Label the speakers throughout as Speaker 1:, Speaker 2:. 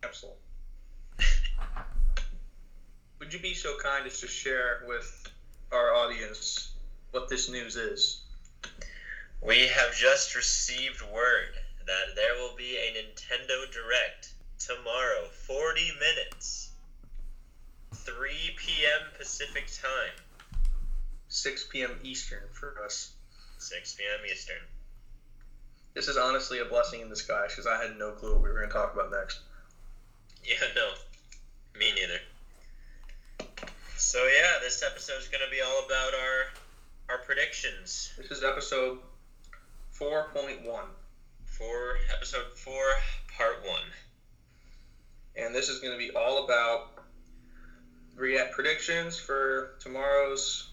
Speaker 1: capsule. Would you be so kind as to share with our audience what this news is?
Speaker 2: We have just received word that there will be a Nintendo Direct tomorrow, 40 minutes, 3 p.m. Pacific time,
Speaker 1: 6 p.m. Eastern for us.
Speaker 2: 6 p.m. Eastern.
Speaker 1: This is honestly a blessing in disguise because I had no clue what we were going to talk about next.
Speaker 2: Yeah, no, me neither. So yeah, this episode is going to be all about our our predictions
Speaker 1: This is episode 4.1,
Speaker 2: for episode four, part one.
Speaker 1: and this is going to be all about react predictions for tomorrow's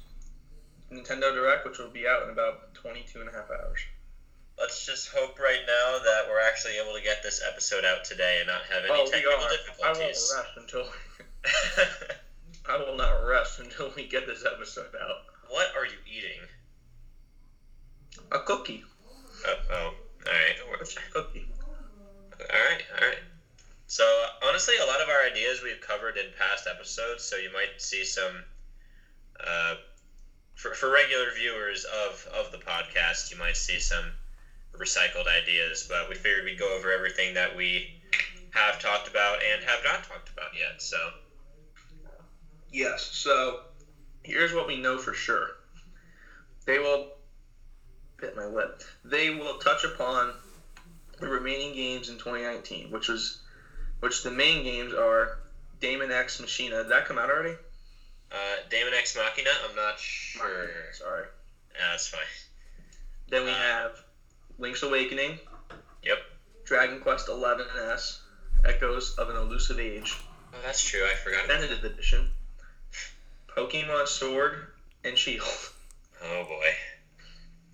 Speaker 1: Nintendo Direct, which will be out in about 22 and a half hours.
Speaker 2: Let's just hope right now that we're actually able to get this episode out today and not have any
Speaker 1: Oh, we
Speaker 2: technical
Speaker 1: are. I won't
Speaker 2: difficulties.
Speaker 1: rest until I will not rest until we get this episode out.
Speaker 2: what are you eating?
Speaker 1: A cookie,
Speaker 2: Uh oh. All right.
Speaker 1: What's a cookie.
Speaker 2: All right, all right. So uh, honestly, a lot of our ideas we've covered in past episodes, so you might see some. Uh, for, for regular viewers of, of the podcast, you might see some recycled ideas, but we figured we'd go over everything that we have talked about and have not talked about yet. So
Speaker 1: Yes. So here's what we know for sure. They will bit my lip. They will touch upon the remaining games in 2019, which was which the main games are Damon X Machina. Did that come out already?
Speaker 2: uh, Damon X Machina, I'm not sure.
Speaker 1: Sorry.
Speaker 2: Yeah, that's fine.
Speaker 1: Then we
Speaker 2: Uh,
Speaker 1: have Link's Awakening.
Speaker 2: Yep.
Speaker 1: Dragon Quest 11S. Echoes of an Elusive Age.
Speaker 2: Oh, that's true. I forgot. about-
Speaker 1: Definitive Edition. Pokemon Sword and Shield.
Speaker 2: Oh boy.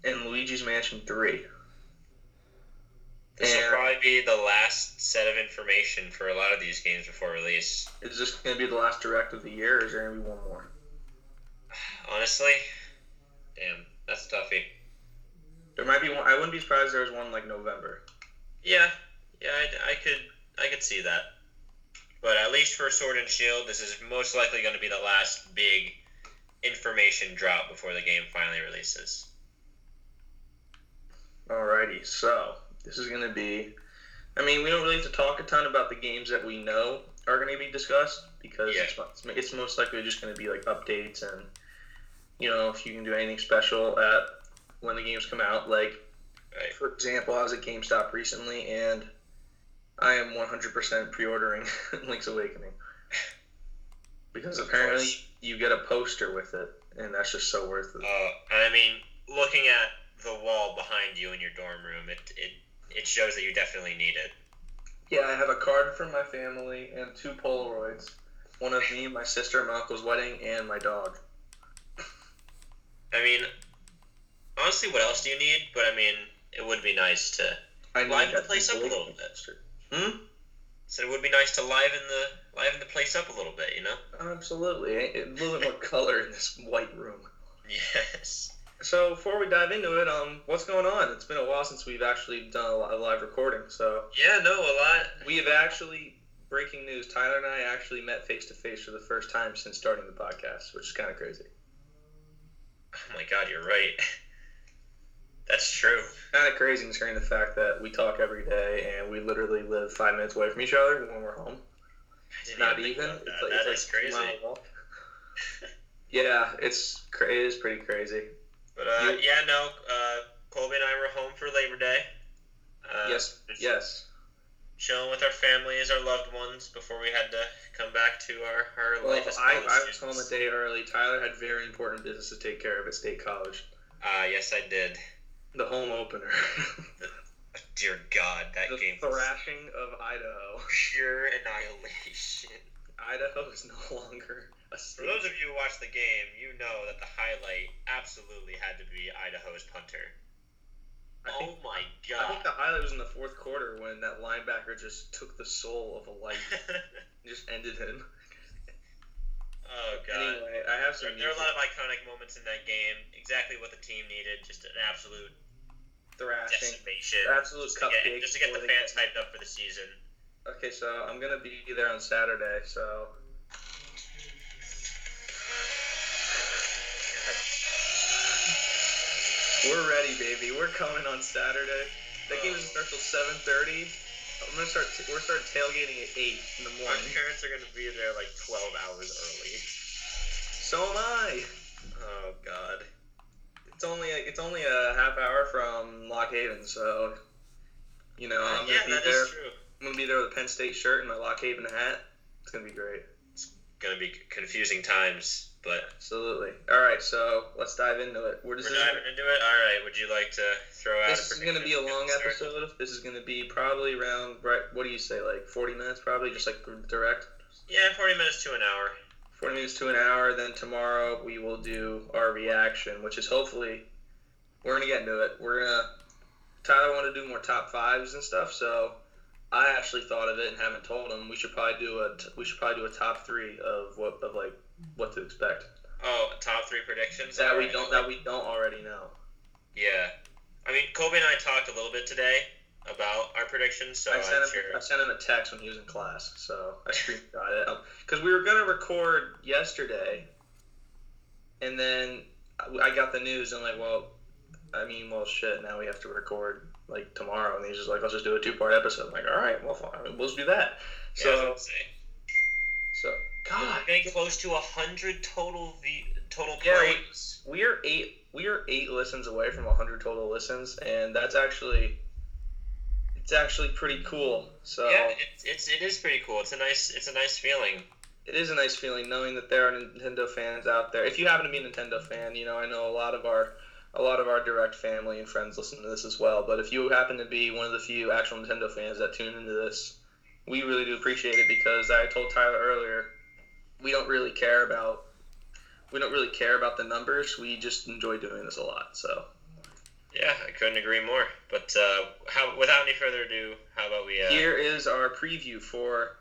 Speaker 1: And Luigi's Mansion 3.
Speaker 2: This
Speaker 1: And-
Speaker 2: will probably be the last set of information for a lot of these games before release.
Speaker 1: Is this going to be the last direct of the year, or is there going to be one more?
Speaker 2: Honestly, damn, that's toughy.
Speaker 1: There might be one. I wouldn't be surprised if there was one like November.
Speaker 2: Yeah, yeah, I, I could, I could see that. But at least for Sword and Shield, this is most likely going to be the last big information drop before the game finally releases.
Speaker 1: Alrighty, so this is going to be. I mean, we don't really have to talk a ton about the games that we know are going to be discussed because
Speaker 2: Yeah.
Speaker 1: it's, it's, it's most likely just going to be like updates and, you know, if you can do anything special at when the games come out. Like,
Speaker 2: Right.
Speaker 1: for example, I was at GameStop recently and I am 100% pre ordering Link's Awakening because
Speaker 2: Of
Speaker 1: apparently
Speaker 2: course.
Speaker 1: you get a poster with it and that's just so worth it.
Speaker 2: Uh, I mean, looking at the wall behind you in your dorm room, it it it shows that you definitely need it.
Speaker 1: Yeah, I have a card from my family and two Polaroids. One of me, my sister, my uncle's wedding, and my dog.
Speaker 2: I mean, honestly, what else do you need? But I mean, it would be nice to.
Speaker 1: I need
Speaker 2: Liven the
Speaker 1: that
Speaker 2: place up a
Speaker 1: big
Speaker 2: little bit.
Speaker 1: poster. Hmm?
Speaker 2: So it would be nice to liven the liven the place up a little bit, you know?
Speaker 1: Absolutely. A a little bit more color in this white room.
Speaker 2: Yes.
Speaker 1: So before we dive into it, um, what's going on? It's been a while since we've actually done a li- a live recording. So
Speaker 2: Yeah, no, a lot.
Speaker 1: we have actually breaking news. Tyler and I actually met face to face for the first time since starting the podcast, which is kind of crazy.
Speaker 2: Oh my god, you're right. That's true.
Speaker 1: Kind of crazy considering the fact that we talk every day and we literally live five minutes away from each other when we're home.
Speaker 2: I didn't
Speaker 1: not
Speaker 2: think
Speaker 1: even.
Speaker 2: about
Speaker 1: It's
Speaker 2: that.
Speaker 1: like,
Speaker 2: That
Speaker 1: it's
Speaker 2: is
Speaker 1: like two
Speaker 2: crazy.
Speaker 1: mile walk. yeah, it's cra- it is pretty crazy.
Speaker 2: But uh,
Speaker 1: You-
Speaker 2: yeah, no. Uh, Colby and I were home for Labor Day. Uh,
Speaker 1: yes,
Speaker 2: just
Speaker 1: yes.
Speaker 2: Chilling with our families, our loved ones, before we had to come back to our our
Speaker 1: Well,
Speaker 2: life as
Speaker 1: I,
Speaker 2: college
Speaker 1: I was home
Speaker 2: students.
Speaker 1: a day early. Tyler had very important business to take care of at State College.
Speaker 2: Ah, yes, I did.
Speaker 1: The home opener,
Speaker 2: Dear God, that
Speaker 1: the
Speaker 2: game was
Speaker 1: thrashing of Idaho.
Speaker 2: pure annihilation.
Speaker 1: Idaho is no longer a
Speaker 2: For
Speaker 1: state.
Speaker 2: those of you who watched the game, you know that the highlight absolutely had to be Idaho's punter.
Speaker 1: I think,
Speaker 2: oh my
Speaker 1: I think
Speaker 2: god.
Speaker 1: the highlight was in the fourth quarter when that linebacker just took the soul of a life and just ended him.
Speaker 2: oh god.
Speaker 1: Anyway, I have some.
Speaker 2: There- there are a
Speaker 1: news.
Speaker 2: lot of iconic moments in that game. Exactly what the team needed. Just an absolute
Speaker 1: thrashing.
Speaker 2: decimation.
Speaker 1: Absolute
Speaker 2: Just to,
Speaker 1: cupcake.
Speaker 2: get, just to get
Speaker 1: before
Speaker 2: the
Speaker 1: they
Speaker 2: fans hyped up for the season.
Speaker 1: Okay, so I'm gonna be there on Saturday. So we're ready, baby. We're coming on Saturday. That game doesn't start till 7:30. I'm gonna start. we're start tailgating at eight in the
Speaker 2: My
Speaker 1: morning.
Speaker 2: parents are gonna be there like 12 hours early.
Speaker 1: So am I.
Speaker 2: Oh God.
Speaker 1: It's only a, it's only a half hour from Lock Haven, so you know I'm
Speaker 2: Uh, yeah,
Speaker 1: gonna
Speaker 2: that
Speaker 1: be there.
Speaker 2: is true.
Speaker 1: I'm gonna be there with a Penn State shirt and my Lock Haven hat. It's gonna be great.
Speaker 2: Gonna be confusing times, but
Speaker 1: Absolutely. All right, so let's dive into it. We're just
Speaker 2: we're diving into it. All right. Would you like to throw out?
Speaker 1: this
Speaker 2: a
Speaker 1: is going to be a
Speaker 2: prediction?
Speaker 1: long
Speaker 2: Sorry.
Speaker 1: episode. This is going to be probably around right. What do you say, like forty minutes? Probably just like direct.
Speaker 2: Yeah, 40 minutes to an hour.
Speaker 1: Forty minutes to an hour. Then tomorrow we will do our reaction, which is hopefully we're gonna get into it. We're gonna Tyler want to do more top fives and stuff. So I actually thought of it and haven't told him. We should probably do a we should probably do a top three of what of like what to expect
Speaker 2: Oh, top three predictions
Speaker 1: that we
Speaker 2: Alright.
Speaker 1: don't that we don't already know.
Speaker 2: Yeah, I mean, Kobe and I talked a little bit today about our predictions, so
Speaker 1: I
Speaker 2: I'm
Speaker 1: sent him.
Speaker 2: sure.
Speaker 1: I sent him a text when he was in class, so I screenshot it because we were gonna record yesterday, and then I- I got the news. I'm like, well, I mean, well, shit. Now we have to record like tomorrow, and he's just like, let's just do a two part episode. I'm like, all right, well, fine, we'll just do that.
Speaker 2: Yeah, I
Speaker 1: So,
Speaker 2: was gonna say.
Speaker 1: so God,
Speaker 2: we're getting close to hundred total v- total
Speaker 1: Yeah, we-
Speaker 2: plays.
Speaker 1: we are eight. We are eight listens away from 100 total listens, and that's actually, it's actually pretty cool. So.
Speaker 2: Yeah, it's, it's it is pretty cool. It's a nice it's a nice feeling.
Speaker 1: it is a nice feeling knowing that there are Nintendo fans out there. If you happen to be a Nintendo fan, you know I know a lot of our a lot of our direct family and friends listen to this as well. But if you happen to be one of the few actual Nintendo fans that tune into this, we really do appreciate it because I told Tyler earlier, we don't really care about we don't really care about the numbers. We just enjoy doing this a lot. So
Speaker 2: Yeah, I couldn't agree more. But uh, how without any further ado, how about we? Uh,
Speaker 1: here is our preview for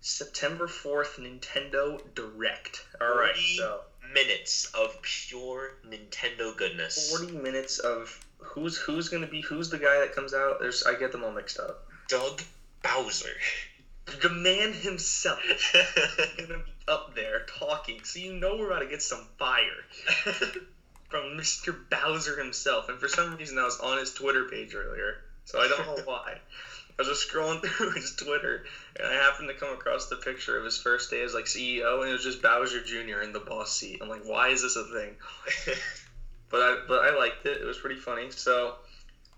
Speaker 1: September fourth Nintendo Direct. All right,
Speaker 2: Forty
Speaker 1: so.
Speaker 2: minutes of pure Nintendo goodness.
Speaker 1: 40 minutes of who's who's gonna be who's the guy that comes out there's i get them all mixed up
Speaker 2: Doug Bowser.
Speaker 1: the man himself is gonna be up there talking so you know we're about to get some fire from mr bowser himself and for some reason i was on his twitter page earlier so i don't know why i was just scrolling through his twitter and i happened to come across the picture of his first day as like ceo and it was just bowser jr in the boss seat i'm like why is this a thing but I but I liked it. It was pretty funny. So,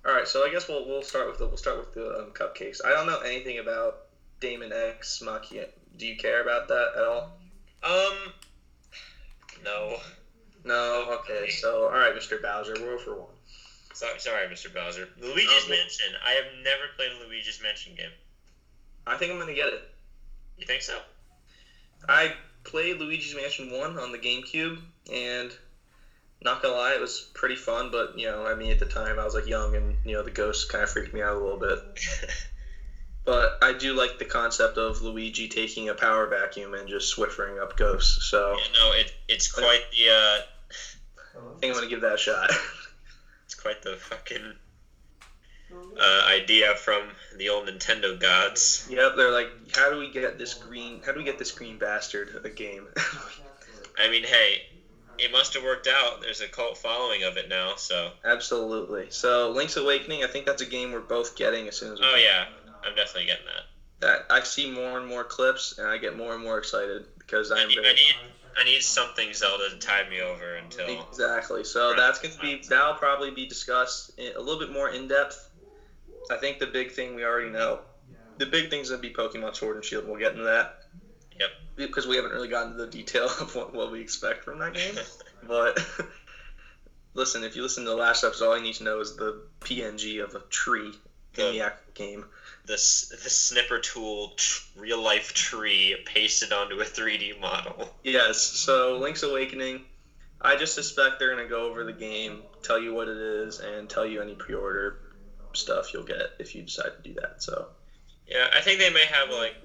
Speaker 1: all right. So I guess we'll we'll start with the we'll start with the um, cupcakes. I don't know anything about Damon X Machia. Do you care about that at all?
Speaker 2: um, no.
Speaker 1: No. Okay. So all right, Mr. Bowser, we're over one.
Speaker 2: So, sorry, Mr. Bowser. Luigi's
Speaker 1: Um,
Speaker 2: Mansion. I have never played a Luigi's Mansion game.
Speaker 1: I think I'm gonna get it.
Speaker 2: You think so?
Speaker 1: I played Luigi's Mansion One on the GameCube, and not gonna lie, it was pretty fun. But you know, I mean, at the time I was like young, and you know, the ghost kind of freaked me out a little bit. But I do like the concept of Luigi taking a power vacuum and just swiffering up ghosts. So
Speaker 2: yeah, no. It, it's quite the uh,
Speaker 1: I think I'm gonna give that a shot.
Speaker 2: it's quite the fucking uh, idea from the old Nintendo gods.
Speaker 1: yep, they're like, how do we get this green? How do we get this green bastard a game?
Speaker 2: I mean, hey, it must have worked out. There's a cult following of it now. So,
Speaker 1: Absolutely. So Link's Awakening, I think that's a game we're both getting as soon as we.
Speaker 2: oh yeah, I'm definitely getting that.
Speaker 1: That I see more and more clips, and I get more and more excited because
Speaker 2: I
Speaker 1: I'm.
Speaker 2: need,
Speaker 1: very-
Speaker 2: I need I need something Zelda to tide me over until.
Speaker 1: Exactly. So that's going to be that'll probably be discussed in, a little bit more in depth. I think the big thing we already know. The big thing's going to be Pokemon Sword and Shield. We'll get into that.
Speaker 2: Yep.
Speaker 1: Because we haven't really gotten to the detail of what, what we expect from that game. but listen, if you listen to the last episode, all you need to know is the PNG of a tree in the actual game.
Speaker 2: this the snipper tool tr- real life tree pasted onto a 3D model.
Speaker 1: Yes. So Link's Awakening. I just suspect they're gonna go over the game, tell you what it is, and tell you any pre-order stuff you'll get if you decide to do that. So
Speaker 2: Yeah, I think they may have like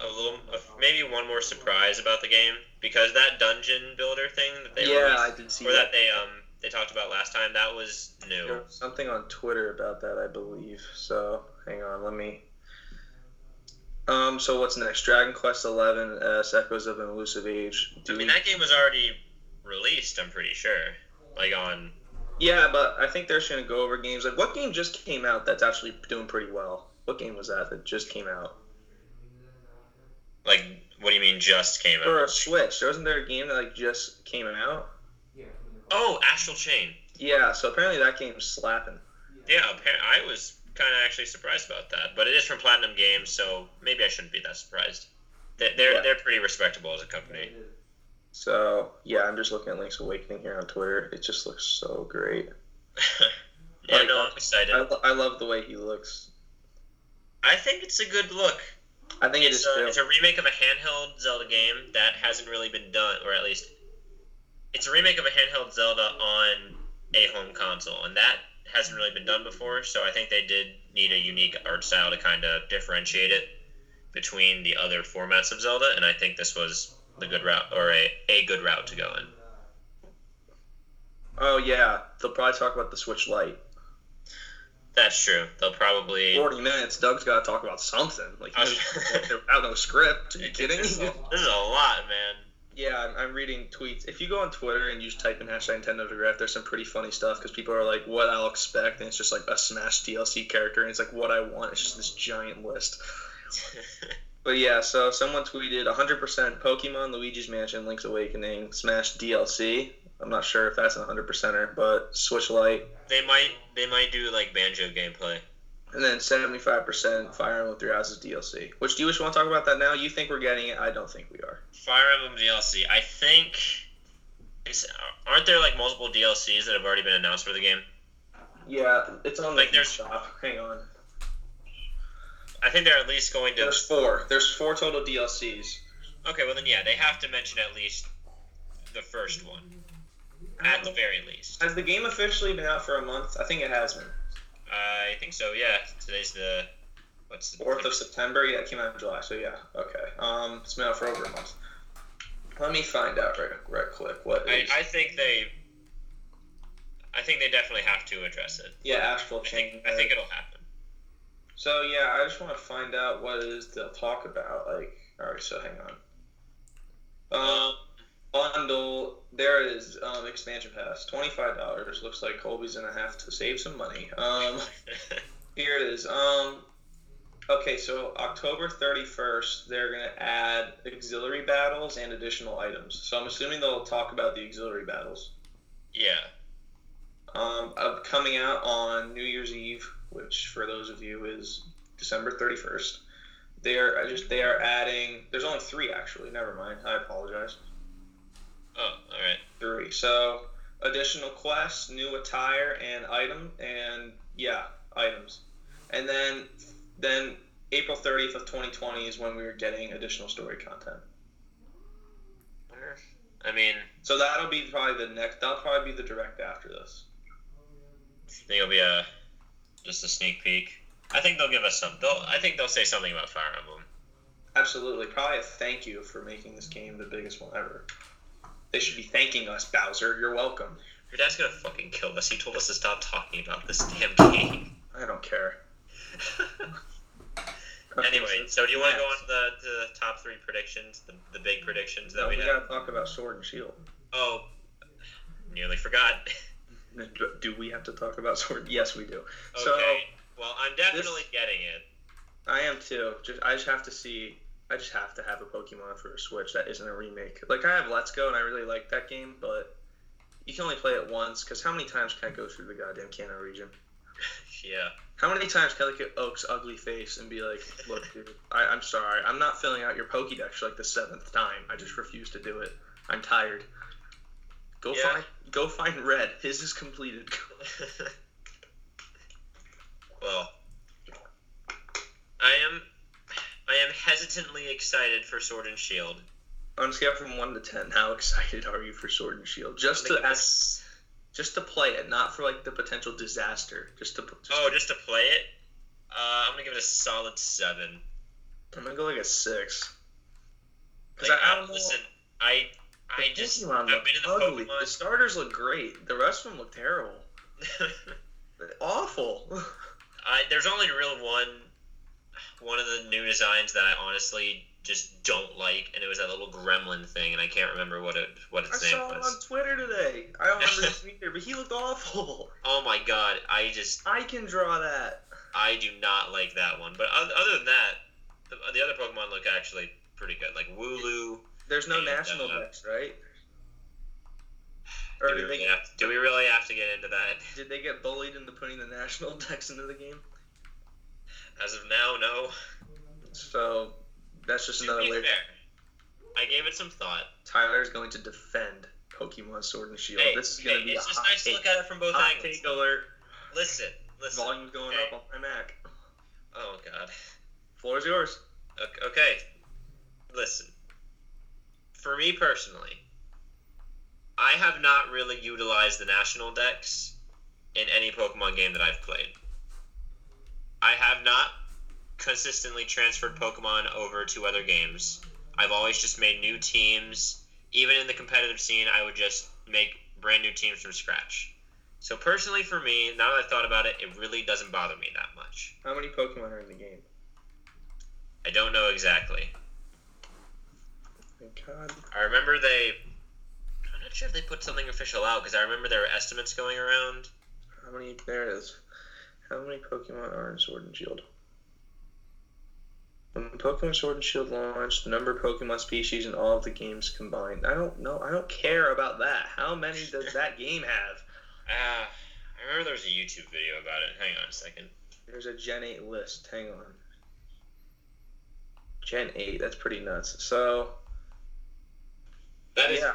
Speaker 2: a little, uh, maybe one more surprise about the game because that dungeon builder thing that they
Speaker 1: yeah, I
Speaker 2: released-
Speaker 1: did see
Speaker 2: or
Speaker 1: that.
Speaker 2: that they um they talked about last time that was
Speaker 1: There
Speaker 2: new.
Speaker 1: was something on Twitter about that, I believe. So hang on, let me Um, so what's next? Dragon Quest Eleven, S Echoes of an Elusive Age. Do
Speaker 2: I mean,
Speaker 1: we-
Speaker 2: that game was already released. I'm pretty sure, like on
Speaker 1: Yeah, but I think they're just gonna go over games. Like, what game just came out that's actually doing pretty well? What game was that that just came out
Speaker 2: like what do you mean just came
Speaker 1: for a
Speaker 2: out?
Speaker 1: Switch? Wasn't there a game that like just came out?
Speaker 2: Oh, Astral Chain.
Speaker 1: Yeah. So apparently that game's slapping.
Speaker 2: Yeah, appar- I was kind of actually surprised about that, but it is from Platinum Games, so maybe I shouldn't be that surprised. They- They're
Speaker 1: Yeah.
Speaker 2: they're pretty respectable as a company.
Speaker 1: So yeah, I'm just looking at Link's Awakening here on Twitter. It just looks so great.
Speaker 2: yeah,
Speaker 1: Like, uh,
Speaker 2: no, I'm excited.
Speaker 1: I, lo- I love the way he looks.
Speaker 2: I think it's a good look.
Speaker 1: I think
Speaker 2: It's uh,
Speaker 1: it is
Speaker 2: a,
Speaker 1: too.
Speaker 2: it's a remake of a handheld Zelda game that hasn't really been done, or at least it's a remake of a handheld Zelda on a home console, and that hasn't really been done before. So I think they did need a unique art style to kind of differentiate it between the other formats of Zelda, and I think this was the good route or a, a good route to go in.
Speaker 1: Oh yeah, they'll probably talk about the Switch Lite.
Speaker 2: That's true. They'll probably.
Speaker 1: Forty minutes. Doug's got to talk about something. Like
Speaker 2: I
Speaker 1: he
Speaker 2: was-
Speaker 1: doesn't- out no script. Are you kidding?
Speaker 2: This is a this is a lot, man.
Speaker 1: yeah, I'm, I'm reading tweets. If you go on Twitter and you just type in hashtag Nintendo Direct, there's some pretty funny stuff because people are like, "What I'll expect," and it's just like a Smash DLC character, and it's like, "What I want." It's just this giant list. But yeah, so someone tweeted 100% Pokemon, Luigi's Mansion, Link's Awakening, Smash DLC. I'm not sure if that's an 100%er, but Switch Lite.
Speaker 2: they might they might do like banjo gameplay.
Speaker 1: And then 75% Fire Emblem Three Houses DLC. Which do you just want to talk about that now? You think we're getting it? I don't think we are.
Speaker 2: Fire Emblem DLC. I think it's, aren't there like multiple DLCs that have already been announced for the game?
Speaker 1: Yeah, it's on
Speaker 2: Like,
Speaker 1: like the
Speaker 2: there's-
Speaker 1: shop. Hang on.
Speaker 2: I think they're at least going to.
Speaker 1: There's four. There's four total DLCs.
Speaker 2: Okay, well then yeah, they have to mention at least the first one, at the very least.
Speaker 1: Has the game officially been out for a month? I think it has been.
Speaker 2: I think so. Yeah, today's the what's the
Speaker 1: Fourth of September. Yeah, it came out in July. So yeah, okay. Um, it's been out for over a month. Let me find out right, right quick what
Speaker 2: I,
Speaker 1: is.
Speaker 2: I think they. I think they definitely have to address it.
Speaker 1: yeah, Astral
Speaker 2: I
Speaker 1: Chain.
Speaker 2: think I think it'll happen.
Speaker 1: So yeah, I just want to find out what it is they'll talk about. Like, all right, so hang on. Um, bundle. There it is. Um, expansion pass. Twenty five dollars. Looks like Colby's gonna have to save some money. Um, here it is. Um, okay, so October thirty first, they're gonna add auxiliary battles and additional items. So I'm assuming they'll talk about the auxiliary battles.
Speaker 2: yeah.
Speaker 1: Um, of coming out on New Year's Eve, which for those of you is December 31st. They're I just they are adding. There's only three actually. Never mind. I apologize.
Speaker 2: Oh, all right.
Speaker 1: Three. So additional quests, new attire and item, and yeah, items. And then then April 30th of 2020 is when we are getting additional story content.
Speaker 2: I mean,
Speaker 1: So that'll be probably the next. That'll probably be the direct after this.
Speaker 2: I think it'll be a just a sneak peek. I think they'll give us some. They'll. I think they'll say something about Fire Emblem.
Speaker 1: Absolutely. Probably a thank you for making this game the biggest one ever. They should be thanking us, Bowser. You're welcome.
Speaker 2: Your dad's gonna fucking kill us. He told us to stop talking about this damn game.
Speaker 1: I don't care.
Speaker 2: anyway, so do you want to go on
Speaker 1: Next.
Speaker 2: to the, to the top three predictions, the, the big predictions that
Speaker 1: No,
Speaker 2: we
Speaker 1: we
Speaker 2: had?
Speaker 1: gotta talk about Sword and Shield.
Speaker 2: Oh, nearly forgot.
Speaker 1: Do- Do we have to talk about Sword? Yes, we do.
Speaker 2: okay.
Speaker 1: So-
Speaker 2: well, I'm definitely getting it.
Speaker 1: I am too. Just I just have to see. I just have to have a Pokemon for a Switch that isn't a remake. Like I have Let's Go, and I really like that game, but you can only play it once. Because how many times can I go through the goddamn Kanto region?
Speaker 2: Yeah.
Speaker 1: How many times can I look at Oak's ugly face and be like, look, dude, I, I'm sorry. I'm not filling out your Pokedex for like the seventh time. I just refuse to do it. I'm tired. Go
Speaker 2: Yeah.
Speaker 1: find go find Red. His is completed.
Speaker 2: well, I am, I am hesitantly excited for Sword and Shield.
Speaker 1: On a scale from one to ten, how excited are you for Sword and Shield? Just to
Speaker 2: Like,
Speaker 1: ask, just to play it, not for like the potential disaster. Just to just,
Speaker 2: Oh, just to play it, uh, I'm gonna give it a solid seven.
Speaker 1: I'm gonna go like a six. Because
Speaker 2: Like,
Speaker 1: I,
Speaker 2: I,
Speaker 1: don't know.
Speaker 2: listen, I,
Speaker 1: the
Speaker 2: I just,
Speaker 1: Pokemon
Speaker 2: I've
Speaker 1: look
Speaker 2: been in the
Speaker 1: ugly.
Speaker 2: Pokemon.
Speaker 1: The starters look great. The rest of them look terrible. Awful.
Speaker 2: I, there's only real one one of the new designs that I honestly just don't like, and it was that little gremlin thing, and I can't remember what it what
Speaker 1: I
Speaker 2: its name
Speaker 1: saw him on
Speaker 2: was.
Speaker 1: Twitter today. I don't remember his name either, but he looked awful.
Speaker 2: Oh my god, I just
Speaker 1: I can draw that.
Speaker 2: I do not like that one. But oth- other than that, the, the other Pokemon look actually pretty good. Like Wooloo.
Speaker 1: There's no
Speaker 2: Yeah,
Speaker 1: national
Speaker 2: uh,
Speaker 1: decks, right?
Speaker 2: Do
Speaker 1: Or
Speaker 2: we,
Speaker 1: did they,
Speaker 2: really have, do we really have to get into that?
Speaker 1: did they get bullied into putting the national decks into the game?
Speaker 2: As of now, no.
Speaker 1: So that's just
Speaker 2: To
Speaker 1: another
Speaker 2: be
Speaker 1: layer.
Speaker 2: fair, I gave it some thought.
Speaker 1: Tyler's going to defend Pokemon Sword and Shield.
Speaker 2: Hey,
Speaker 1: this is
Speaker 2: hey,
Speaker 1: going to be a
Speaker 2: it's just
Speaker 1: hot
Speaker 2: nice to
Speaker 1: take.
Speaker 2: look at it from both
Speaker 1: Hot
Speaker 2: angles.
Speaker 1: take alert.
Speaker 2: Listen, listen.
Speaker 1: Volume going
Speaker 2: okay.
Speaker 1: up on my Mac.
Speaker 2: Oh god.
Speaker 1: Floor is yours.
Speaker 2: Ok- Okay. Listen. For me personally, I have not really utilized the national decks in any Pokemon game that I've played. I have not consistently transferred Pokemon over to other games. I've always just made new teams. Even in the competitive scene, I would just make brand new teams from scratch. So personally, for me, now that I've thought about it, it really doesn't bother me that much.
Speaker 1: How many Pokemon are in the game?
Speaker 2: I don't know exactly.
Speaker 1: Thank God.
Speaker 2: I remember they. I'm not sure if they put something official out because I remember there were estimates going around.
Speaker 1: How many? There it is. How many Pokemon are in Sword and Shield? When Pokemon Sword and Shield launched, number of Pokemon species in all of the games combined. I don't know. I don't care about that. How many does that game have?
Speaker 2: Uh, I remember there was a YouTube video about it. Hang on a second.
Speaker 1: There's a Gen 8 list. Hang on. Gen 8. That's pretty nuts. So
Speaker 2: That is.
Speaker 1: Yeah.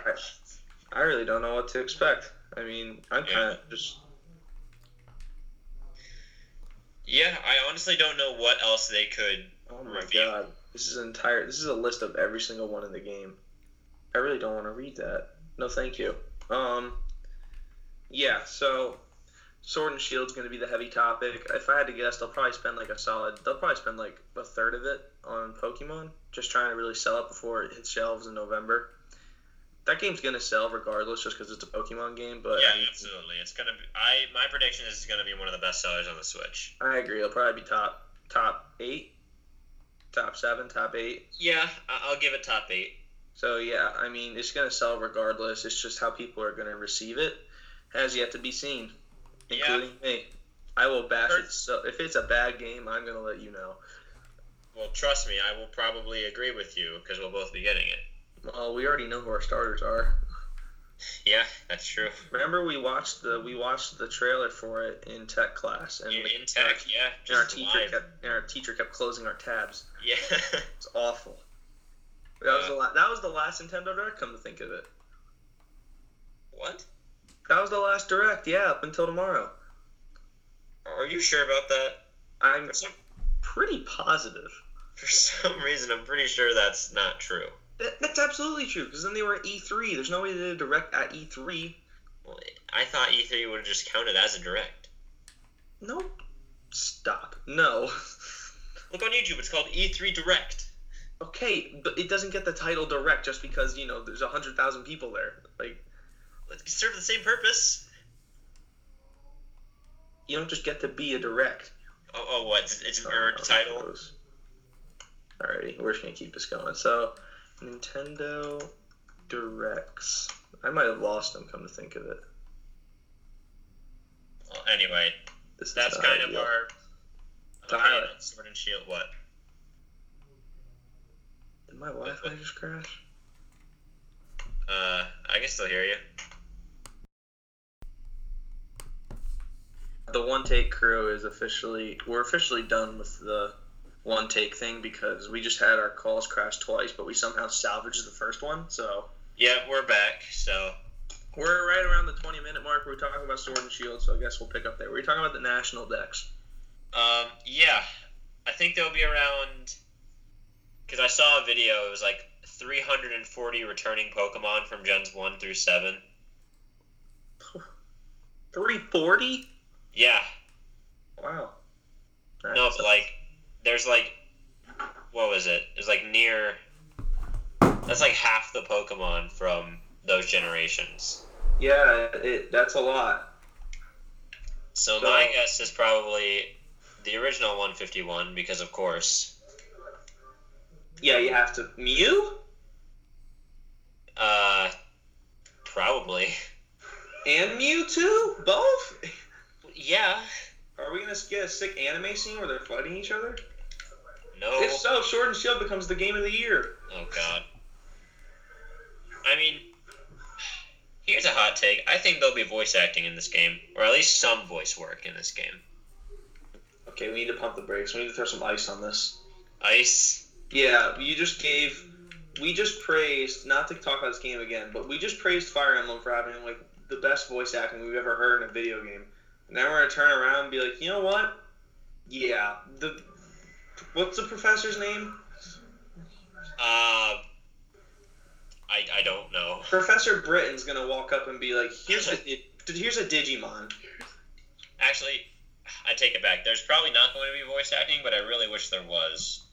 Speaker 1: I really don't know what to expect. I mean, I'm
Speaker 2: Yeah.
Speaker 1: kind of just
Speaker 2: Yeah, I honestly don't know what else they could.
Speaker 1: Oh my
Speaker 2: Review.
Speaker 1: god. This is entire this is a list of every single one in the game. I really don't want to read that. No thank you. Um Yeah, so Sword and Shield's gonna be the heavy topic. If I had to guess, they'll probably spend like a solid they'll probably spend like a third of it on Pokemon, just trying to really sell it before it hits shelves in November. That game's gonna sell regardless just because it's a Pokemon game, but I
Speaker 2: Yeah,
Speaker 1: mean,
Speaker 2: absolutely. It's gonna be. I my prediction is it's gonna be one of the best sellers on the Switch.
Speaker 1: I agree, it'll probably be top top eight, top seven, top eight.
Speaker 2: Yeah, I- I'll give it top eight.
Speaker 1: So yeah, I mean, it's gonna sell regardless. It's just how people are gonna receive it has yet to be seen,
Speaker 2: Yeah.
Speaker 1: including me. I will bash
Speaker 2: Heard-
Speaker 1: it. So if it's a bad game, I'm gonna let you know.
Speaker 2: Well, trust me, I will probably agree with you because we'll both be getting it.
Speaker 1: Well, we already know who our starters are.
Speaker 2: Yeah, that's true.
Speaker 1: Remember, we watched the we watched the trailer for it in tech class, and,
Speaker 2: In,
Speaker 1: we-
Speaker 2: in tech, yeah,
Speaker 1: and our
Speaker 2: just
Speaker 1: teacher
Speaker 2: live.
Speaker 1: kept and our teacher kept closing our tabs.
Speaker 2: Yeah.
Speaker 1: It's awful. That was
Speaker 2: Yeah.
Speaker 1: the la- that was the last Nintendo Direct. Come to think of it,
Speaker 2: what?
Speaker 1: that was the last Direct. Yeah, up until tomorrow.
Speaker 2: Are you sure about that?
Speaker 1: I'm
Speaker 2: For some,
Speaker 1: pretty positive.
Speaker 2: for some reason, I'm pretty sure that's not true.
Speaker 1: That, that's absolutely true. Because then they were at E3. There's no way they did a direct at E E3.
Speaker 2: Well, I thought E3 would have just counted as a direct.
Speaker 1: No. Stop. No.
Speaker 2: Look on YouTube. It's called E3 Direct.
Speaker 1: Okay, but it doesn't get the title direct just because you know there's a hundred thousand people there. Like
Speaker 2: It served the same purpose.
Speaker 1: you don't just get to be a direct.
Speaker 2: Oh, oh what? It's, it's or title.
Speaker 1: Alrighty, we're just gonna keep this going. So, Nintendo directs. I might have lost them. Come to think of it,
Speaker 2: Well, anyway,
Speaker 1: this is
Speaker 2: that's
Speaker 1: not
Speaker 2: kind of
Speaker 1: ideal.
Speaker 2: our.
Speaker 1: Tyler.
Speaker 2: opinion on Sword and Shield. What?
Speaker 1: Did my Wi-Fi just crash?
Speaker 2: Uh, I can still hear you.
Speaker 1: the one take crew is officially we're officially done with the one take thing because we just had our calls crash twice but we somehow salvaged the first one so
Speaker 2: Yeah, we're back. So
Speaker 1: we're right around the 20 minute mark we we're talking about sword and shield so i guess we'll pick up there we we're talking about the national decks
Speaker 2: Um, yeah, I think they'll be around. Because I saw a video, it was like 340 returning Pokemon from Gens 1 through 7.
Speaker 1: 340
Speaker 2: Yeah,
Speaker 1: wow
Speaker 2: no, but like, there's like, what was it? It was like near. That's like half the Pokemon from those generations.
Speaker 1: yeah it, that's a lot
Speaker 2: So,
Speaker 1: So-
Speaker 2: my guess is probably the original 151 because of course.
Speaker 1: Yeah, you have to. Mew
Speaker 2: Uh, probably.
Speaker 1: and Mew too, both.
Speaker 2: Yeah.
Speaker 1: Are we gonna get a sick anime scene where they're fighting each other?
Speaker 2: No.
Speaker 1: If so, Sword and Shield becomes the game of the year.
Speaker 2: Oh God. I mean, here's a hot take. I think there'll be voice acting in this game, or at least some voice work in this game.
Speaker 1: Okay, we need to pump the brakes. We need to throw some ice on this.
Speaker 2: Ice.
Speaker 1: Yeah, you just gave. We just praised not to talk about this game again, but we just praised Fire Emblem for having like the best voice acting we've ever heard in a video game. And then we're gonna turn around and be like, you know what? Yeah, the what's the professor's name?
Speaker 2: Uh, I I don't know.
Speaker 1: Professor Britton's gonna walk up and be like, here's a di- here's a Digimon.
Speaker 2: Actually, I take it back. There's probably not going to be voice acting, but I really wish there was.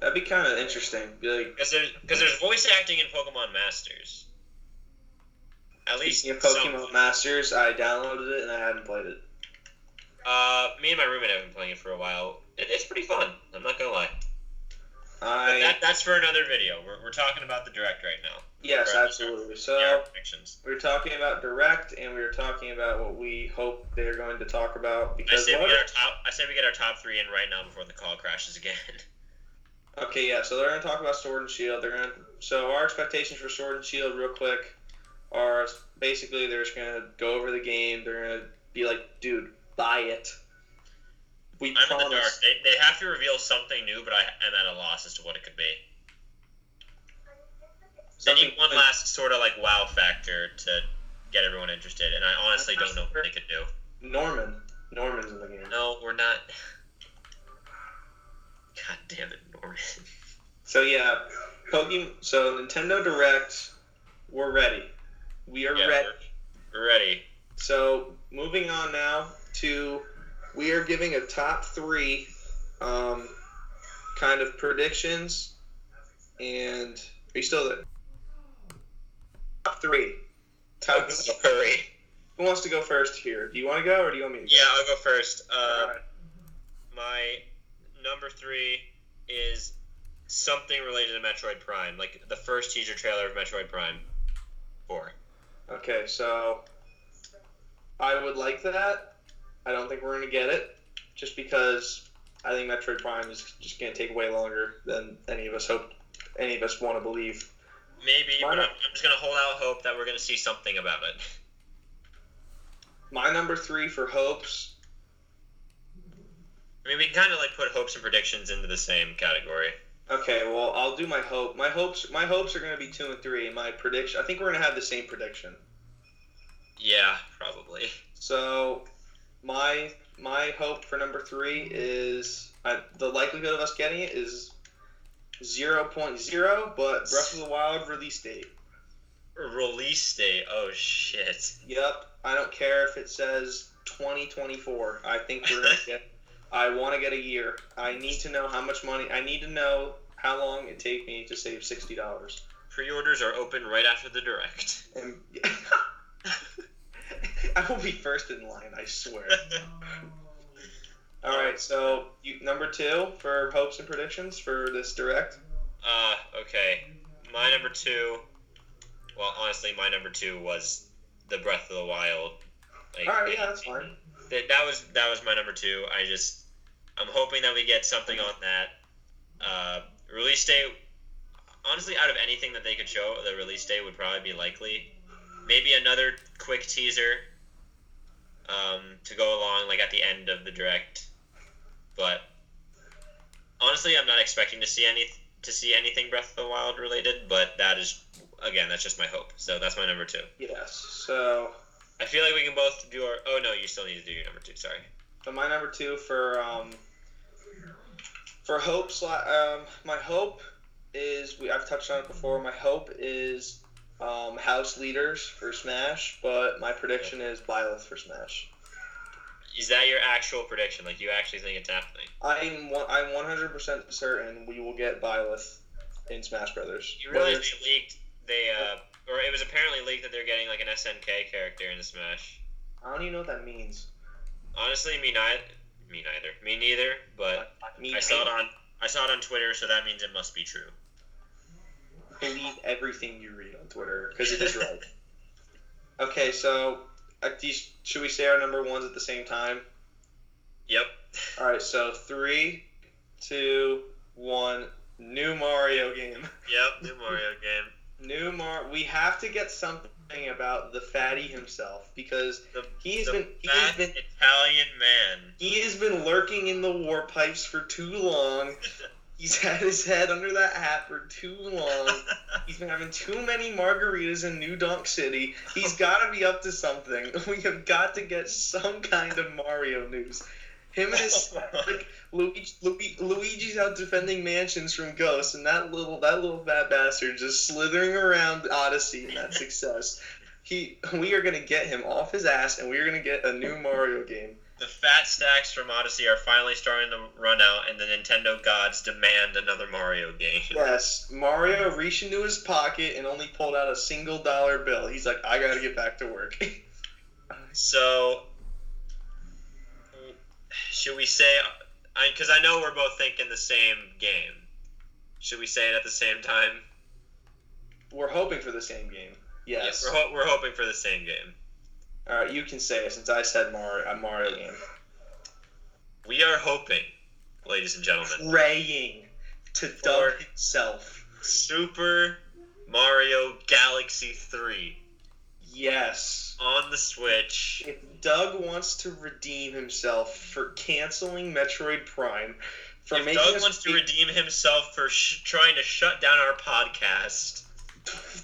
Speaker 1: That'd be kind of interesting. Be like,
Speaker 2: Because there's, cause there's voice acting in Pokemon Masters. At least
Speaker 1: speaking of
Speaker 2: some-
Speaker 1: Pokemon Masters, I downloaded it and I hadn't played it.
Speaker 2: Uh, me and my roommate have been playing it for a while. It, it's pretty fun. I'm not gonna lie. But
Speaker 1: I
Speaker 2: that, that's for another video. We're, we're talking about the direct right now.
Speaker 1: yes,
Speaker 2: Right.
Speaker 1: absolutely. So.
Speaker 2: Yeah, our predictions.
Speaker 1: We were talking about direct, and we were talking about what we hope they're going to talk about
Speaker 2: I
Speaker 1: because.
Speaker 2: say we
Speaker 1: what-
Speaker 2: get our top. I say we get our top three in right now before the call crashes again.
Speaker 1: okay, yeah. So they're going to talk about Sword and Shield. They're going to. So our expectations for Sword and Shield, real quick, are basically they're just going to go over the game. They're going to be like, "Dude, buy it." We
Speaker 2: I'm
Speaker 1: promise.
Speaker 2: in the dark. They, they have to reveal something new, but I am at a loss as to what it could be. They
Speaker 1: something-
Speaker 2: need one last sort of like wow factor to get everyone interested, and I honestly don't know what they could do.
Speaker 1: Norman. Norman's in the game.
Speaker 2: No, we're not. God damn it, Norman.
Speaker 1: So yeah, Pokemon. So Nintendo Direct, we're ready. We are
Speaker 2: Yeah,
Speaker 1: ready.
Speaker 2: We're ready.
Speaker 1: So moving on now to we are giving a top three um, kind of predictions and are you still there? Top three. Top,
Speaker 2: Sorry.
Speaker 1: who wants to go first here? Do you want to go or do you want me to go?
Speaker 2: Yeah, I'll go first. Uh,
Speaker 1: Alright.
Speaker 2: my number three is something related to Metroid Prime, like the first teaser trailer of Metroid Prime Four.
Speaker 1: Okay, so I would like that. I don't think we're gonna get it, just because I think Metroid Prime is just gonna take way longer than any of us hope, any of us want to believe.
Speaker 2: Maybe,
Speaker 1: Why
Speaker 2: but I'm,
Speaker 1: not?
Speaker 2: I'm just gonna hold out hope that we're gonna see something about it.
Speaker 1: My number three for hopes.
Speaker 2: I mean, we can kind of like put hopes and predictions into the same category.
Speaker 1: Okay, well, I'll do my hope. My hopes, my hopes are going to be two and three. My prediction. I think we're going to have the same prediction.
Speaker 2: Yeah, probably.
Speaker 1: So, my my hope for number three is I, the likelihood of us getting it is zero point zero, but Breath of the Wild release date.
Speaker 2: Release date. Oh shit.
Speaker 1: Yep, I don't care if it says twenty twenty four. I think we're going to get. I want to get a year. I need to know how much money. I need to know how long it take me to save sixty dollars.
Speaker 2: Pre-orders are open right after the direct.
Speaker 1: And I will be first in line, I swear. All right, so you, number two for hopes and predictions for this direct.
Speaker 2: Uh, okay. My number two. Well, honestly, my number two was the Breath of the Wild. Like,
Speaker 1: All right, yeah, that's fine.
Speaker 2: That, that was that was my number two. I just I'm hoping that we get something on that. Uh, release date. Honestly, out of anything that they could show, the release date would probably be likely. Maybe another quick teaser. Um, to go along like at the end of the direct, but honestly, I'm not expecting to see any to see anything Breath of the Wild related. But that is again, that's just my hope. So that's my number two.
Speaker 1: Yes. So,
Speaker 2: I feel like we can both do our. Oh no, you still need to do your number two. Sorry.
Speaker 1: so my number two for um for hope sli- um my hope is we I've touched on it before. My hope is um, house leaders for Smash, but my prediction is Byleth for Smash.
Speaker 2: Is that your actual prediction? Like you actually think it's happening?
Speaker 1: I'm one, I'm 100% certain we will get Byleth in Smash Brothers.
Speaker 2: You realize
Speaker 1: Whether-
Speaker 2: they leaked they uh, or it was apparently leaked that they're getting like an SNK character in the Smash.
Speaker 1: I don't even know what that means.
Speaker 2: Honestly, me neither. Me neither. Me neither. But
Speaker 3: Me
Speaker 2: I saw it
Speaker 3: too.
Speaker 2: on I saw it on Twitter, so that means it must be true.
Speaker 1: believe everything you read on Twitter because it is right. okay, so at these, should we say our number ones at the same time?
Speaker 2: Yep.
Speaker 1: All right, so three, two, one. New Mario game.
Speaker 2: Yep. New Mario game.
Speaker 1: New Mar. We have to get something about the fatty himself because
Speaker 2: The-
Speaker 1: he has
Speaker 2: the
Speaker 1: been he has
Speaker 2: Fat
Speaker 1: been
Speaker 2: Italian man.
Speaker 1: he has been lurking in the war pipes for too long. He's had his head under that hat for too long. He's been having too many margaritas in New Donk City. He's got to be up to something. We have got to get some kind of Mario news. Him and his like Luigi, Luigi, Luigi's out defending mansions from ghosts, and that little that little fat bastard just slithering around Odyssey and that success. He, we are gonna get him off his ass, and we are gonna get a new Mario game.
Speaker 2: The fat stacks from Odyssey are finally starting to run out, and the Nintendo gods demand another Mario game.
Speaker 1: Yes, Mario reached into his pocket and only pulled out a single dollar bill. He's like, I gotta get back to work.
Speaker 2: So, should we say? Because I, know we're both thinking the same game. Should we say it at the same time?
Speaker 1: We're hoping for the same game. Yes.
Speaker 2: We're, ho- we're hoping for the same game.
Speaker 1: All right, you can say it since I said Mario. A Mario game.
Speaker 2: We are hoping, ladies and gentlemen,
Speaker 1: Praying to
Speaker 2: For-
Speaker 1: Doug himself.
Speaker 2: Super Mario Galaxy 3
Speaker 1: Yes.
Speaker 2: on the Switch.
Speaker 1: If Doug wants to redeem himself for canceling Metroid Prime, for
Speaker 2: If
Speaker 1: making
Speaker 2: Doug
Speaker 1: us
Speaker 2: wants to
Speaker 1: be-
Speaker 2: redeem himself for sh- trying to shut down our podcast,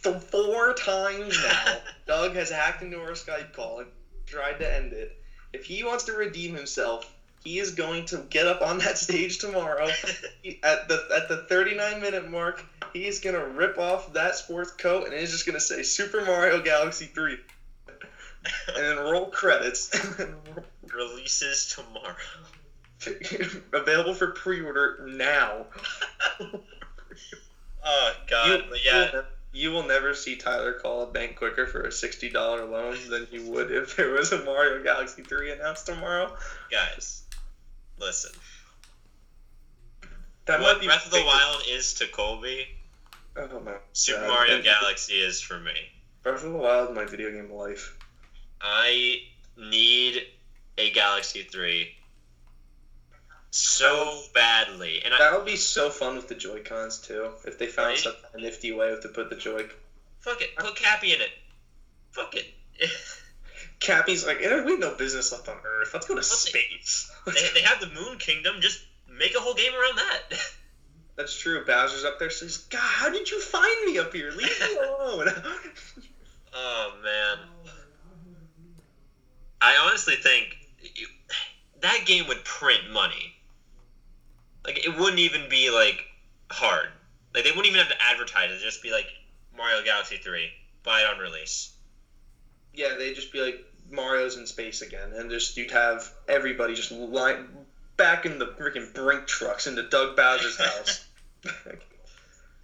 Speaker 1: the four times now, Doug has hacked into our Skype call and tried to end it. If he wants to redeem himself, he is going to get up on that stage tomorrow He- at the at the 39 minute mark. He is going to rip off that sports coat and is just going to say Super Mario Galaxy 3 and then roll credits.
Speaker 2: releases tomorrow.
Speaker 1: Available for pre-order now.
Speaker 2: Oh, God. but yeah.
Speaker 1: will, you will never see Tyler call a bank quicker for a sixty dollar loan than you would if there was a Mario Galaxy three announced tomorrow.
Speaker 2: Guys, listen.
Speaker 1: That
Speaker 2: what
Speaker 1: might be
Speaker 2: Breath of the Wild is to Colby,
Speaker 1: Oh my!
Speaker 2: Super
Speaker 1: God.
Speaker 2: Mario
Speaker 1: And
Speaker 2: Galaxy is for me.
Speaker 1: Breath of the Wild, my video game life.
Speaker 2: I need a Galaxy 3 so badly. And I
Speaker 1: That would be so fun with the Joy Cons too. If they found
Speaker 2: Right?
Speaker 1: some nifty way to put the Joy.
Speaker 2: fuck it, put Cappy in it. Fuck it.
Speaker 1: Cappy's like, eh, we have no business left on Earth. Let's go to space.
Speaker 2: they, they have the Moon Kingdom, just make a whole game around that.
Speaker 1: That's true. Bowser's up there says, "God, how did you find me up here? Leave me alone."
Speaker 2: Oh man. I honestly think you- that game would print money. Like it wouldn't even be like hard. Like they wouldn't even have to advertise it. It'd just be like Mario Galaxy 3, buy it on release.
Speaker 1: yeah, they'd just be like Mario's in space again, and just you'd have everybody just line back in the freaking brink trucks into Doug Bowser's house.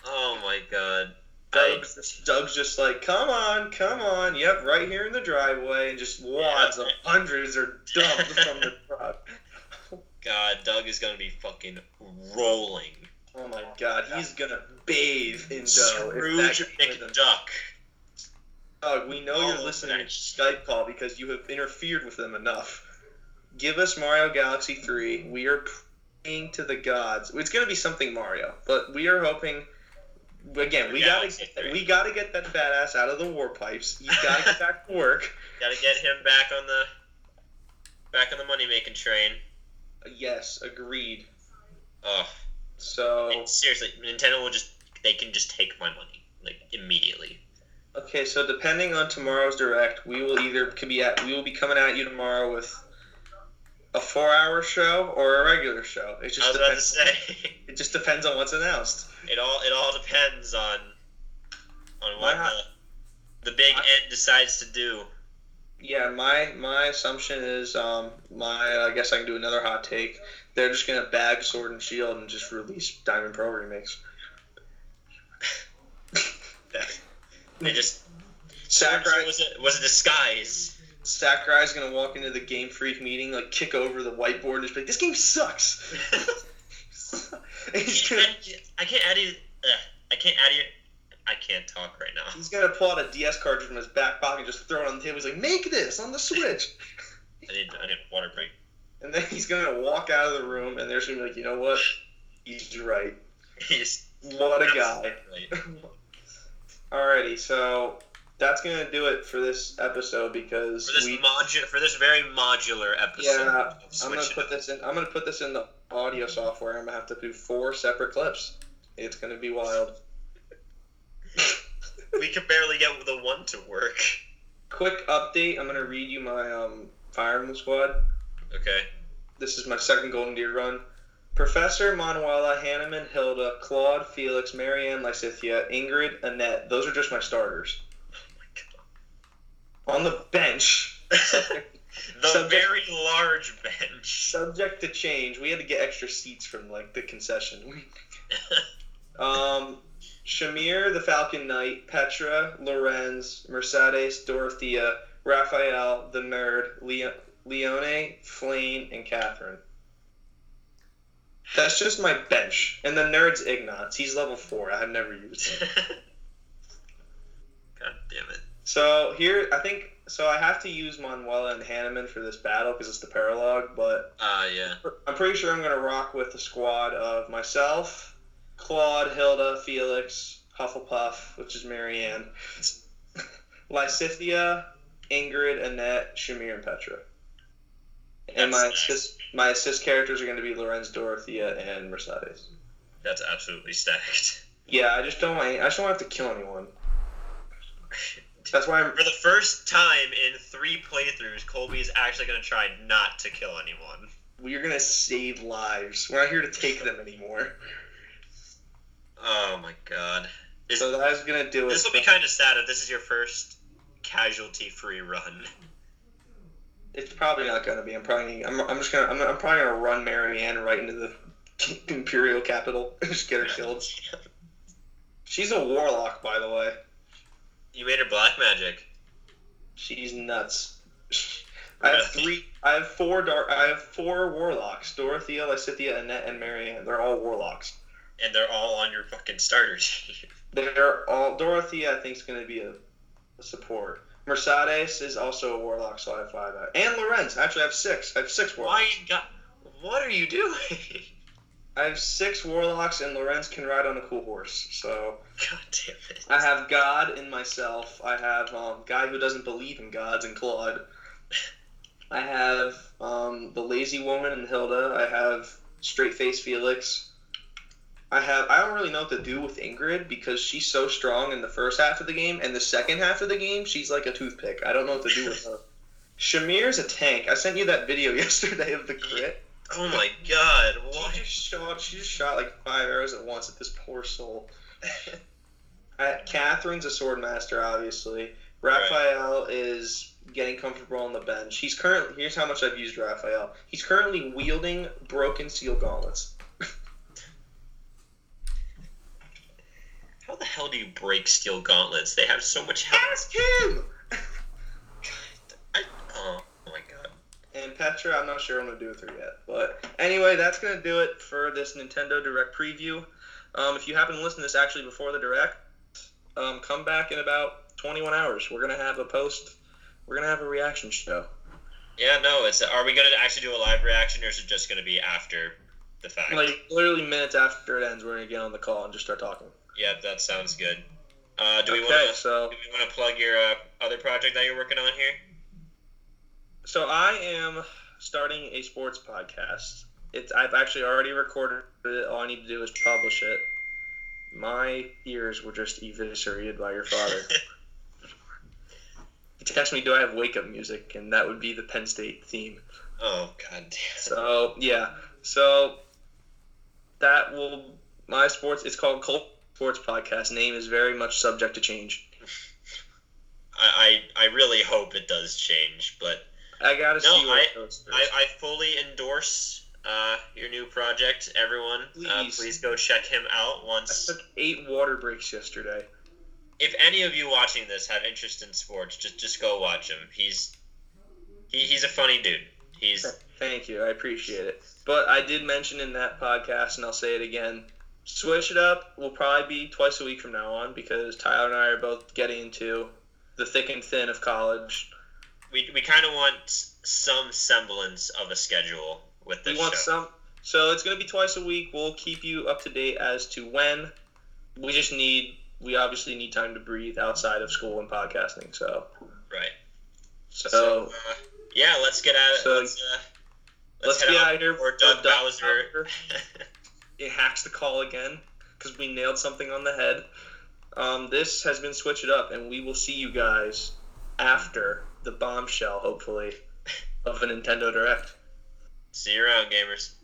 Speaker 2: Oh my god. Oh I,
Speaker 1: Doug's just, Doug's just like, come on, come on, yep, right here in the driveway, and just wads of hundreds are dumped from the truck.
Speaker 2: god, Doug is going to be fucking rolling.
Speaker 1: Oh my god, he's gonna bathe in dough.
Speaker 2: Scrooge
Speaker 1: if that game isn't-
Speaker 2: McDuck.
Speaker 1: Doug, we know you're
Speaker 2: Oh,
Speaker 1: listening to
Speaker 2: thanks.
Speaker 1: Skype call because you have interfered with them enough. Give us Mario Galaxy 3. We are praying to the gods. It's going to be something Mario, but we are hoping again, we got
Speaker 2: Galaxy
Speaker 1: to
Speaker 2: 3.
Speaker 1: we got to get that badass out of the war pipes. He's got to get back to work.
Speaker 2: Got to get him back on the back on the money making train.
Speaker 1: Yes, agreed.
Speaker 2: Oh,
Speaker 1: So, Oh.
Speaker 2: And seriously, Nintendo will just they can just take my money like immediately.
Speaker 1: okay, so depending on tomorrow's direct, we will either could be at we will be coming at you tomorrow with a 4-hour show or a regular show. It
Speaker 2: I
Speaker 1: just
Speaker 2: was about to
Speaker 1: depends
Speaker 2: say
Speaker 1: it just depends on what's announced.
Speaker 2: it all it all depends on on what
Speaker 1: Wow.
Speaker 2: the, the big
Speaker 1: I-
Speaker 2: end decides to do.
Speaker 1: Yeah, my my assumption is um my I guess I can do another hot take. They're just gonna bag Sword and Shield and just release Diamond Pro remakes.
Speaker 2: They just
Speaker 1: Sakurai
Speaker 2: was a was a disguise.
Speaker 1: Sakurai's gonna walk into the Game Freak meeting, like kick over the whiteboard, and just be like, "This game sucks." And he's gonna
Speaker 2: I can't add it. Uh, I can't add it. I can't talk right now.
Speaker 1: he's gonna pull out a DS cartridge from his back pocket and just throw it on the table. He's like, "Make this on the Switch,"
Speaker 2: I need I need a water break.
Speaker 1: and then he's gonna walk out of the room, and they're just gonna be like, "You know what? He's right.
Speaker 2: He's
Speaker 1: What a guy."
Speaker 2: Like,
Speaker 1: Alrighty, so that's gonna do it for this episode because
Speaker 2: for this
Speaker 1: we,
Speaker 2: modu- for this very modular episode.
Speaker 1: Yeah,
Speaker 2: of
Speaker 1: I'm gonna
Speaker 2: Switch It
Speaker 1: put this in. I'm gonna put this in the audio software. I'm gonna have to do four separate clips. It's gonna be wild.
Speaker 2: Up. we could barely get the one to work.
Speaker 1: Quick update. I'm gonna read you my um, fireman squad.
Speaker 2: Okay.
Speaker 1: This is my second Golden Deer run. Professor Manuela, Hanneman, Hilda, Claude, Felix, Marianne, Lysithia, Ingrid, Annette. Those are just my starters.
Speaker 2: Oh
Speaker 1: On the bench,
Speaker 2: The
Speaker 1: Subject-
Speaker 2: very large bench.
Speaker 1: subject to change. We had to get extra seats from like the concession. um, Shamir, the Falcon Knight, Petra, Lorenz, Mercedes, Dorothea, Raphael, the Nerd, Leo- Leone, Flane, and Catherine. That's just my bench. And the nerd's Ignatz. He's level four. I've never used him.
Speaker 2: God damn it.
Speaker 1: So here, I think. So I have to use Manuela and Hanneman for this battle because it's the paralogue, but
Speaker 2: Ah, yeah.
Speaker 1: I'm pretty sure I'm gonna rock with the squad of myself, Claude, Hilda, Felix, Hufflepuff, which is Marianne, Lysithia, Ingrid, Annette, Shamir, and Petra. And my
Speaker 2: That's nice.
Speaker 1: assist, my assist characters are gonna be Lorenz, Dorothea, and Mercedes.
Speaker 2: That's absolutely stacked.
Speaker 1: Yeah, I just don't want. any- I just don't have to kill anyone. That's why I'm.
Speaker 2: For the first time in three playthroughs, Colby is actually going to try not to kill anyone.
Speaker 1: We're gonna save lives. We're not here to take them anymore.
Speaker 2: Oh my god. Is,
Speaker 1: So that's gonna do it.
Speaker 2: this will be kind of sad if this is your first casualty-free run.
Speaker 1: It's probably not going to be. I'm probably. I'm, I'm just gonna. I'm, I'm probably gonna run Marianne right into the imperial capital. and just get her killed. She's a warlock, by the way.
Speaker 2: You made her black magic.
Speaker 1: She's nuts. I have three. I have four dark. I have four warlocks: Dorothea, Lysithia, Annette, and Marianne. They're all warlocks.
Speaker 2: and they're all on your fucking starter team.
Speaker 1: They're all Dorothea. I think is going to be a, a support. Mercedes is also a warlock, so I have five. out- And Lorenz. Actually, I have six. I have six warlocks.
Speaker 2: Why you got? What are you doing?
Speaker 1: I have six warlocks, and Lorenz can ride on a cool horse. So
Speaker 2: God damn it!
Speaker 1: I have God in myself. I have um, guy who doesn't believe in gods and Claude. I have um, the lazy woman and Hilda. I have straight face Felix. I have. I don't really know what to do with Ingrid because she's so strong in the first half of the game, and the second half of the game she's like a toothpick. I don't know what to do with her. Shamir's a tank. I sent you that video yesterday of the crit.
Speaker 2: Oh my god!
Speaker 1: She
Speaker 2: Why?
Speaker 1: just shot. She just shot like five arrows at once at this poor soul. I, Catherine's a sword master, obviously. Raphael is getting comfortable on the bench. He's currently. Here's how much I've used Raphael. He's currently wielding broken seal gauntlets.
Speaker 2: How the hell do you break steel gauntlets? They have so much health.
Speaker 1: Ask him.
Speaker 2: I, oh my god!
Speaker 1: And Petra, I'm not sure what I'm gonna do with her yet. But anyway, that's gonna do it for this Nintendo Direct preview. Um, if you happen to listen to this actually before the Direct, um, come back in about 21 hours. We're gonna have a post. We're gonna have a reaction show.
Speaker 2: Yeah, no. It's are we gonna actually do a live reaction, or is it just gonna be after the fact?
Speaker 1: Like literally minutes after it ends, we're gonna get on the call and just start talking.
Speaker 2: yeah, that sounds good. Uh, do we
Speaker 1: Okay,
Speaker 2: want to?
Speaker 1: so
Speaker 2: Do we want to plug your uh, other project that you're working on here?
Speaker 1: so I am starting a sports podcast. It's I've actually already recorded it. All I need to do is publish it. My ears were just eviscerated by your father. he texted me, "Do I have wake up music?" And that would be the Penn State theme.
Speaker 2: Oh god damn!
Speaker 1: So yeah, so that will my sports. It's called Colt Sports Podcast. Name is very much subject to change.
Speaker 2: I, I I really hope it does change, but
Speaker 1: I gotta
Speaker 2: No,
Speaker 1: see where
Speaker 2: I-
Speaker 1: it goes. first.
Speaker 2: I, I fully endorse uh, your new project, everyone. Uh,
Speaker 1: Please.
Speaker 2: please go check him out
Speaker 1: I
Speaker 2: once.
Speaker 1: took eight water breaks yesterday.
Speaker 2: If any of you watching this have interest in sports, just just go watch him. He's He, he's a funny dude. He's
Speaker 1: Thank you. I appreciate it. But I did mention in that podcast, and I'll say it again. Swish it up will probably be twice a week from now on because Tyler and I are both getting into the thick and thin of college.
Speaker 2: we, we kind of want s- some semblance of a schedule with this
Speaker 1: we want
Speaker 2: show.
Speaker 1: some, so it's going to be twice a week. We'll keep you up to date as to when. We just need. We obviously need time to breathe outside of school and podcasting. So,
Speaker 2: right.
Speaker 1: so,
Speaker 2: So, uh, yeah, let's get out.
Speaker 1: So-
Speaker 2: let's, uh,
Speaker 1: let's,
Speaker 2: head
Speaker 1: get
Speaker 2: out
Speaker 1: out of here.
Speaker 2: before
Speaker 1: Uh,
Speaker 2: Doug
Speaker 1: Doug
Speaker 2: Bowser.
Speaker 1: Bowser. it hacks the call again because we nailed something on the head. Um, this has been Switch It Up, and we will see you guys after the bombshell, hopefully, of a Nintendo Direct.
Speaker 2: See you around, gamers.